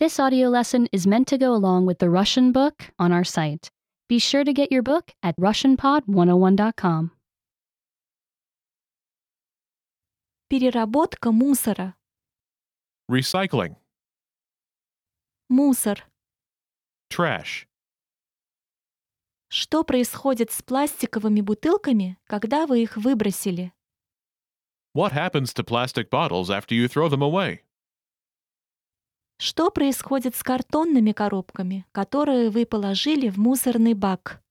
This audio lesson is meant to go along with the Russian book on our site. Be sure to get your book at RussianPod101.com. Переработка мусора. Recycling. Мусор. Trash. Что происходит с пластиковыми бутылками, когда вы их выбросили? What happens to plastic bottles after you throw them away? Что происходит с картонными коробками, которые вы положили в мусорный бак?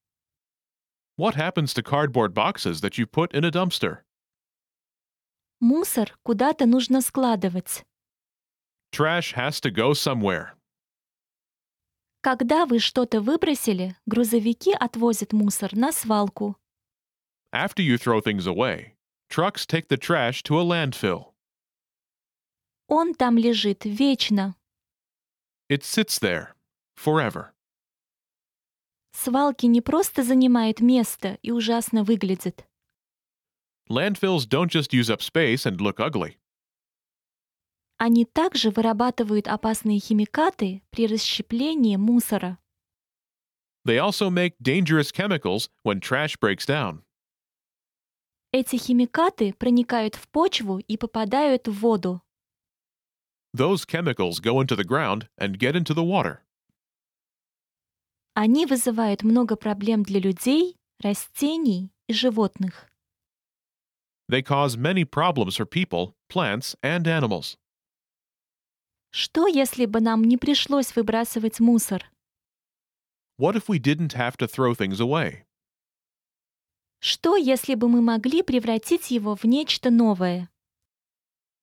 What happens to cardboard boxes that you put in a dumpster? Мусор куда-то нужно складывать. Trash has to go somewhere. Когда вы что-то выбросили, грузовики отвозят мусор на свалку. After you throw things away, trucks take the trash to a landfill. Он там лежит вечно. It sits there. Forever. Свалки не просто занимают место и ужасно выглядят. Landfills don't just use up space and look ugly. Они также вырабатывают опасные химикаты при расщеплении мусора. They also make dangerous chemicals when trash breaks down. Эти химикаты проникают в почву и попадают в воду. Those chemicals go into the ground and get into the water. Они вызывают много проблем для людей, растений и животных. They cause many problems for people, plants, and animals. Что, если бы нам не пришлось выбрасывать мусор? What if we didn't have to throw things away? Что, если бы мы могли превратить его в нечто новое?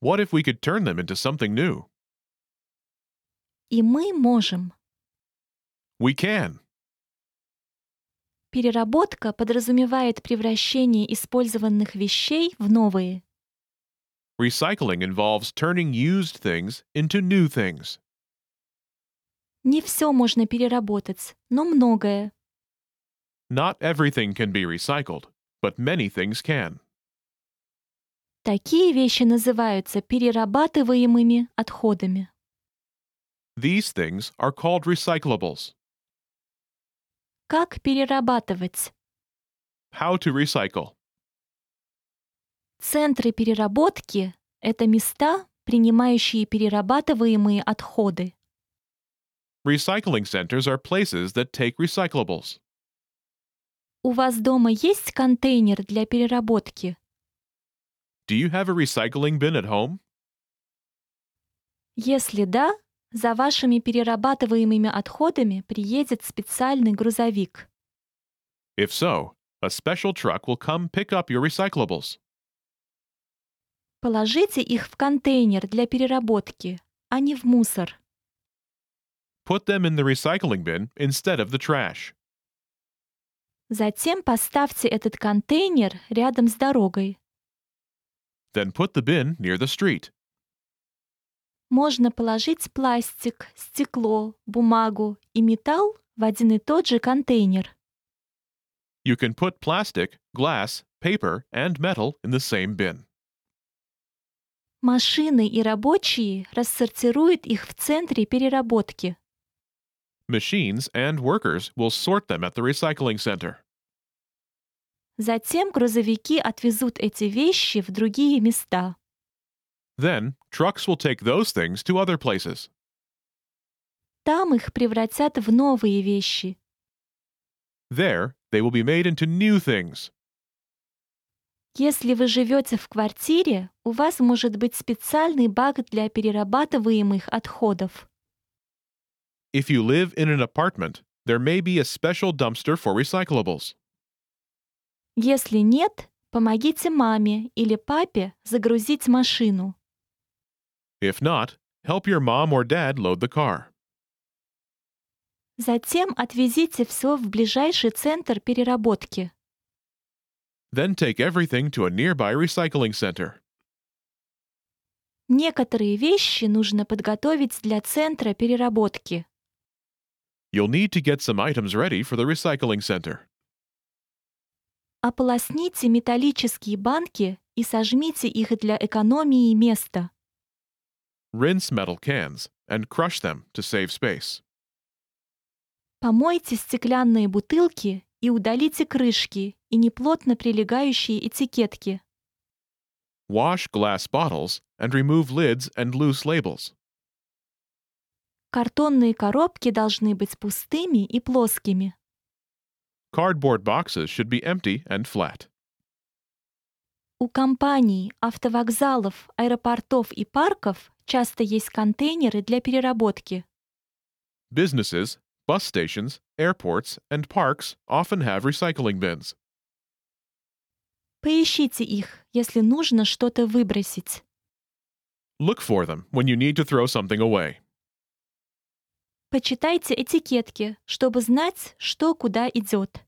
What if we could turn them into something new? И мы можем. We can. Переработка подразумевает превращение использованных вещей в новые. Recycling involves turning used things into new things. Не все можно переработать, но многое. Not everything can be recycled, but many things can. Такие вещи называются перерабатываемыми отходами. These things are called recyclables. Как перерабатывать? How to recycle. Центры переработки — это места, принимающие перерабатываемые отходы. Recycling centers are places that take recyclables. У вас дома есть контейнер для переработки? Do you have a recycling bin at home? Если да, за вашими перерабатываемыми отходами приедет специальный грузовик. If so, a special truck will come pick up your recyclables. Положите их в контейнер для переработки, а не в мусор. Put them in the recycling bin instead of the trash. Затем поставьте этот контейнер рядом с дорогой. Then put the bin near the street. Можно положить пластик, стекло, бумагу и металл в один и тот же контейнер. You can put plastic, glass, paper, and metal in the same bin. Машины и рабочие рассортируют их в центре переработки. Machines and workers will sort them at the recycling center. Затем грузовики отвезут эти вещи в другие места. Then, trucks will take those things to other places. Там их превратят в новые вещи. There, they will be made into new things. Если вы живете в квартире, у вас может быть специальный бак для перерабатываемых отходов. If you live in an apartment, there may be a special dumpster for recyclables. Если нет, помогите маме или папе загрузить машину. If not, help your mom or dad load the car. Затем отвезите все в ближайший центр переработки. Then take everything to a nearby recycling center. Некоторые вещи нужно подготовить для центра переработки. You'll need to get some items ready for the recycling center. Ополосните металлические банки и сожмите их для экономии места. Rinse metal cans and crush them to save space. Помойте стеклянные бутылки и удалите крышки и неплотно прилегающие этикетки. Wash glass bottles and remove lids and loose labels. Картонные коробки должны быть пустыми и плоскими. Cardboard boxes should be empty and flat. У компаний, автовокзалов, аэропортов и парков часто есть контейнеры для переработки. Businesses, bus stations, airports, and parks often have recycling bins. Поищите их, если нужно что-то выбросить. Look for them when you need to throw something away. Почитайте этикетки, чтобы знать, что куда идет.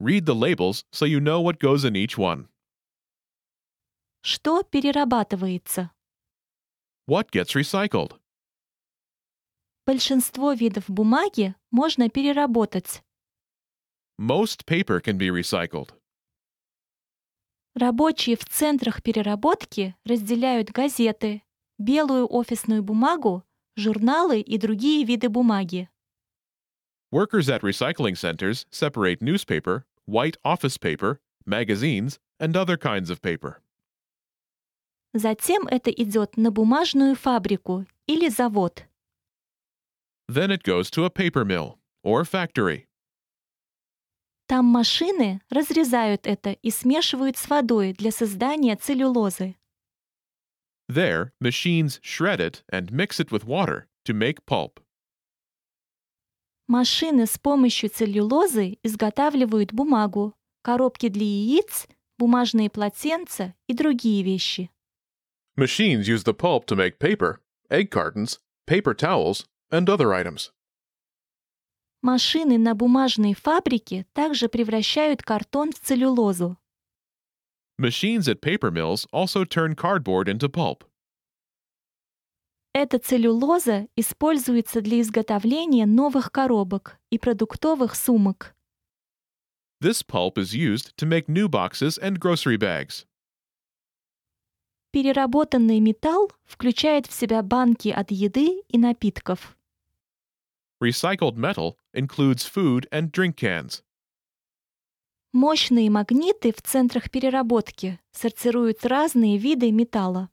Read the labels so you know what goes in each one. Что перерабатывается? What gets recycled? Большинство видов бумаги можно переработать. Most paper can be recycled. Рабочие в центрах переработки разделяют газеты, белую офисную бумагу, журналы и другие виды бумаги. Workers at recycling centers separate newspaper, white office paper, magazines, and other kinds of paper. Затем это идет на бумажную фабрику или завод. Then it goes to a paper mill or factory. Там машины разрезают это и смешивают с водой для создания целлюлозы. There, machines shred it and mix it with water to make pulp. Машины с помощью целлюлозы изготавливают бумагу, коробки для яиц, бумажные полотенца и другие вещи. Machines use the pulp to make paper, egg cartons, paper towels, and other items. Машины на бумажной фабрике также превращают картон в целлюлозу. Machines at paper mills also turn cardboard into pulp. Эта целлюлоза используется для изготовления новых коробок и продуктовых сумок. This pulp is used to make new boxes and grocery bags. Переработанный металл включает в себя банки от еды и напитков. Recycled metal includes food and drink cans. Мощные магниты в центрах переработки сортируют разные виды металла.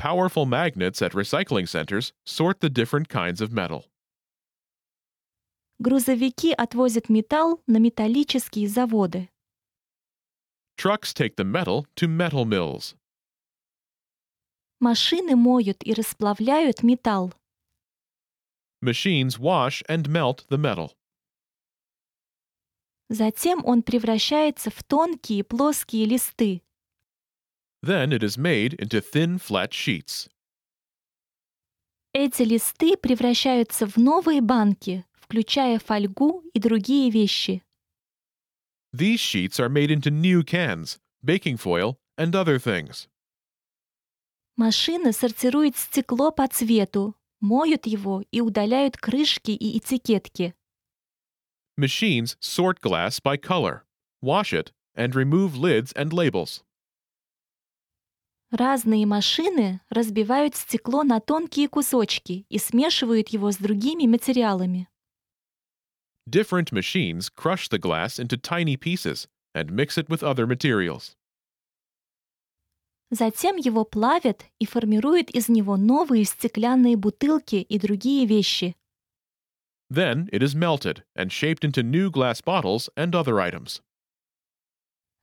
Powerful magnets at recycling centers sort the different kinds of metal. Грузовики отвозят металл на металлические заводы. Trucks take the metal to metal mills. Машины моют и расплавляют металл. Machines wash and melt the metal. Затем он превращается в тонкие плоские листы. Then it is made into thin, flat sheets. Эти листы превращаются в новые банки, включая фольгу и другие вещи. These sheets are made into new cans, baking foil, and other things. Машина сортирует стекло по цвету, моют его и удаляют крышки и этикетки. Machines sort glass by color, wash it, and remove lids and labels. Разные машины разбивают стекло на тонкие кусочки и смешивают его с другими материалами. Different machines crush the glass into tiny pieces and mix it with other materials. Затем его плавят и формируют из него новые стеклянные бутылки и другие вещи. Then it is melted and shaped into new glass bottles and other items.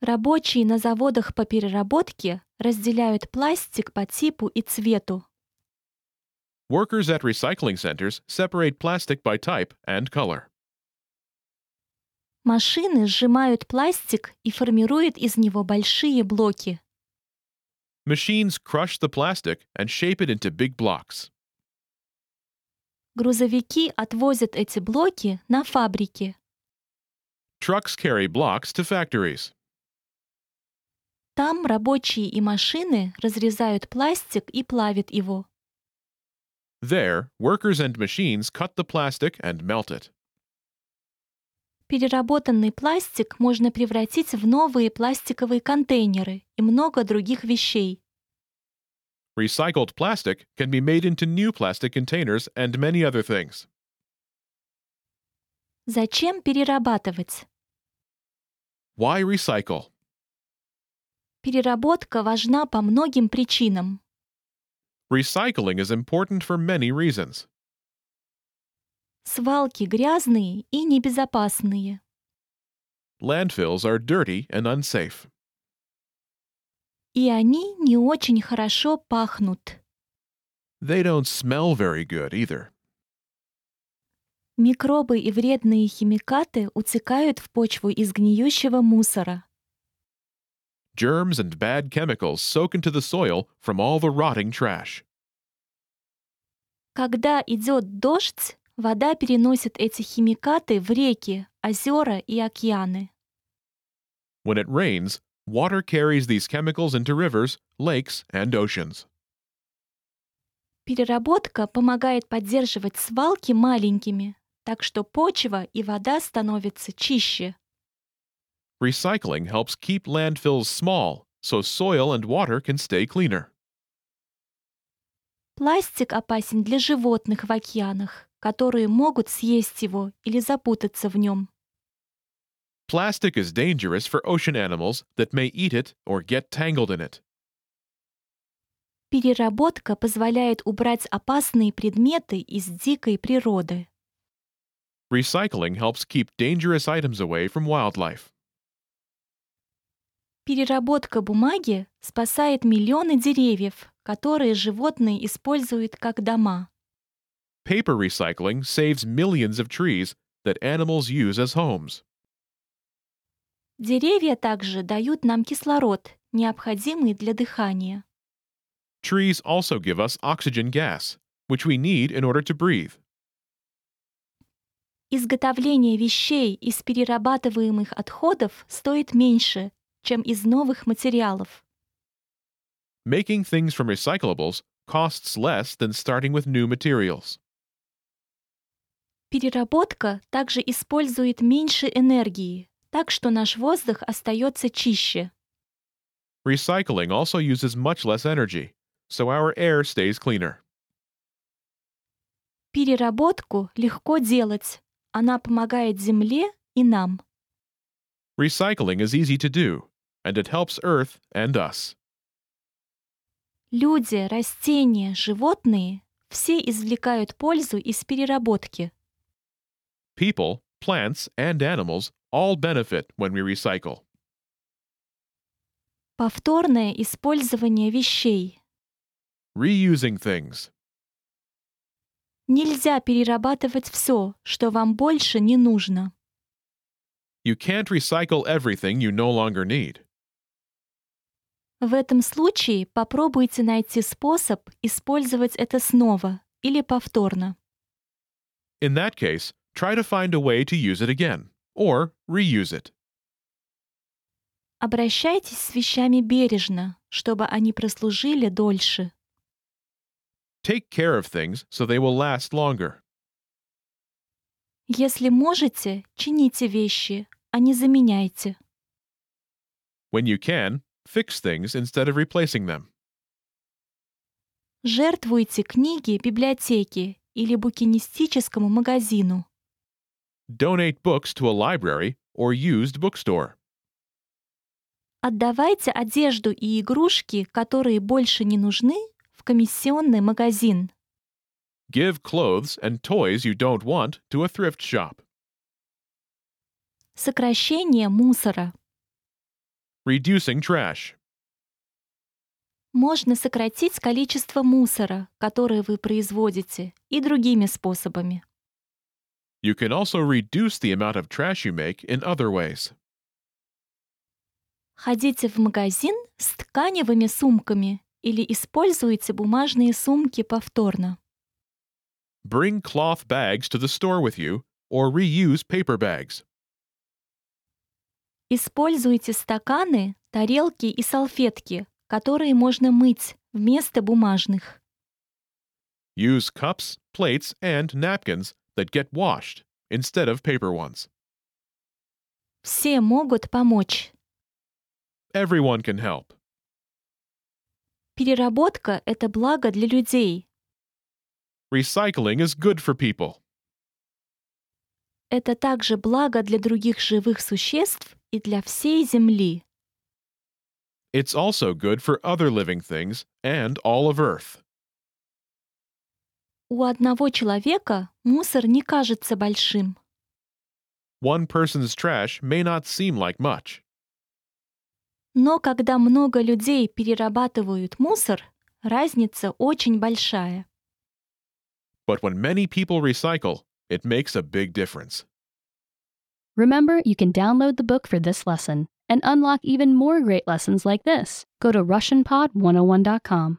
Рабочие на заводах по переработке разделяют пластик по типу и цвету. Workers at recycling centers separate plastic by type and color. Машины сжимают пластик и формируют из него большие блоки. Machines crush the plastic and shape it into big blocks. Грузовики отвозят эти блоки на фабрики. Trucks carry blocks to factories. Там рабочие и машины разрезают пластик и плавят его. There, workers and machines cut the plastic and melt it. Переработанный пластик можно превратить в новые пластиковые контейнеры и много других вещей. Recycled plastic can be made into new plastic containers and many other things. Зачем перерабатывать? Why recycle? Переработка важна по многим причинам. Recycling is important for many reasons. Свалки грязные и небезопасные. Landfills are dirty and unsafe, И они не очень хорошо пахнут. they don't smell very good either. Микробы и вредные химикаты утекают в почву из гниющего мусора. Germs and bad chemicals soak into the soil from all the rotting trash. Когда идет дождь, вода переносит эти химикаты в реки, озера и океаны. When it rains, water carries these chemicals into rivers, lakes, and oceans. Переработка помогает поддерживать свалки маленькими, так что почва и вода становятся чище. Recycling helps keep landfills small so soil and water can stay cleaner. Пластик опасен для животных в океанах, которые могут съесть его или запутаться в нем. Plastic is dangerous for ocean animals that may eat it or get tangled in it. Переработка позволяет убрать опасные предметы из дикой природы. Recycling helps keep dangerous items away from wildlife. Переработка бумаги спасает миллионы деревьев, которые животные используют как дома. Paper recycling saves millions of trees that animals use as homes. Деревья также дают нам кислород, необходимый для дыхания. Trees also give us oxygen gas, which we need in order to breathe. Изготовление вещей из перерабатываемых отходов стоит меньше, чем из новых материалов. Making things from recyclables costs less than starting with new materials. Переработка также использует меньше энергии, так что наш воздух остается чище. Recycling also uses much less energy, so our air stays cleaner. Переработку легко делать. Она помогает Земле и нам. Recycling is easy to do, and it helps Earth and us. Люди, растения, животные – все извлекают пользу из переработки. People, plants, and animals all benefit when we recycle. Повторное использование вещей. Reusing things. Нельзя перерабатывать все, что вам больше не нужно. You can't recycle everything you no longer need. В этом случае попробуйте найти способ использовать это снова или повторно. In that case, try to find a way to use it again, or reuse it. Обращайтесь с вещами бережно, чтобы они прослужили дольше. Take care of things so they will last longer. Если можете, чините вещи, а не заменяйте. When you can, fix things instead of replacing them. Жертвуйте книги библиотеки или букинистическому магазину. Donate books to a library or used bookstore. Отдавайте одежду и игрушки, которые больше не нужны, в комиссионный магазин. Give clothes and toys you don't want to a thrift shop. Сокращение мусора. Reducing trash. Можно сократить количество мусора, которое вы производите, и другими способами. You can also reduce the amount of trash you make in other ways. Ходите в магазин с тканевыми сумками или используйте бумажные сумки повторно. Bring cloth bags to the store with you or reuse paper bags. Используйте стаканы, тарелки и салфетки, которые можно мыть вместо бумажных. Use cups, plates, and napkins that get washed instead of paper ones. Все могут помочь. Everyone can help. Переработка – это благо для людей. Recycling is good for people. Это также благо для других живых существ и для всей Земли. It's also good for other living things and all of Earth. У одного человека мусор не кажется большим. One person's trash may not seem like much, Но когда много людей перерабатывают мусор, разница очень большая. but when many people recycle, it makes a big difference. Remember, you can download the book for this oh lesson and unlock even more great lessons like this. Go to RussianPod101.com.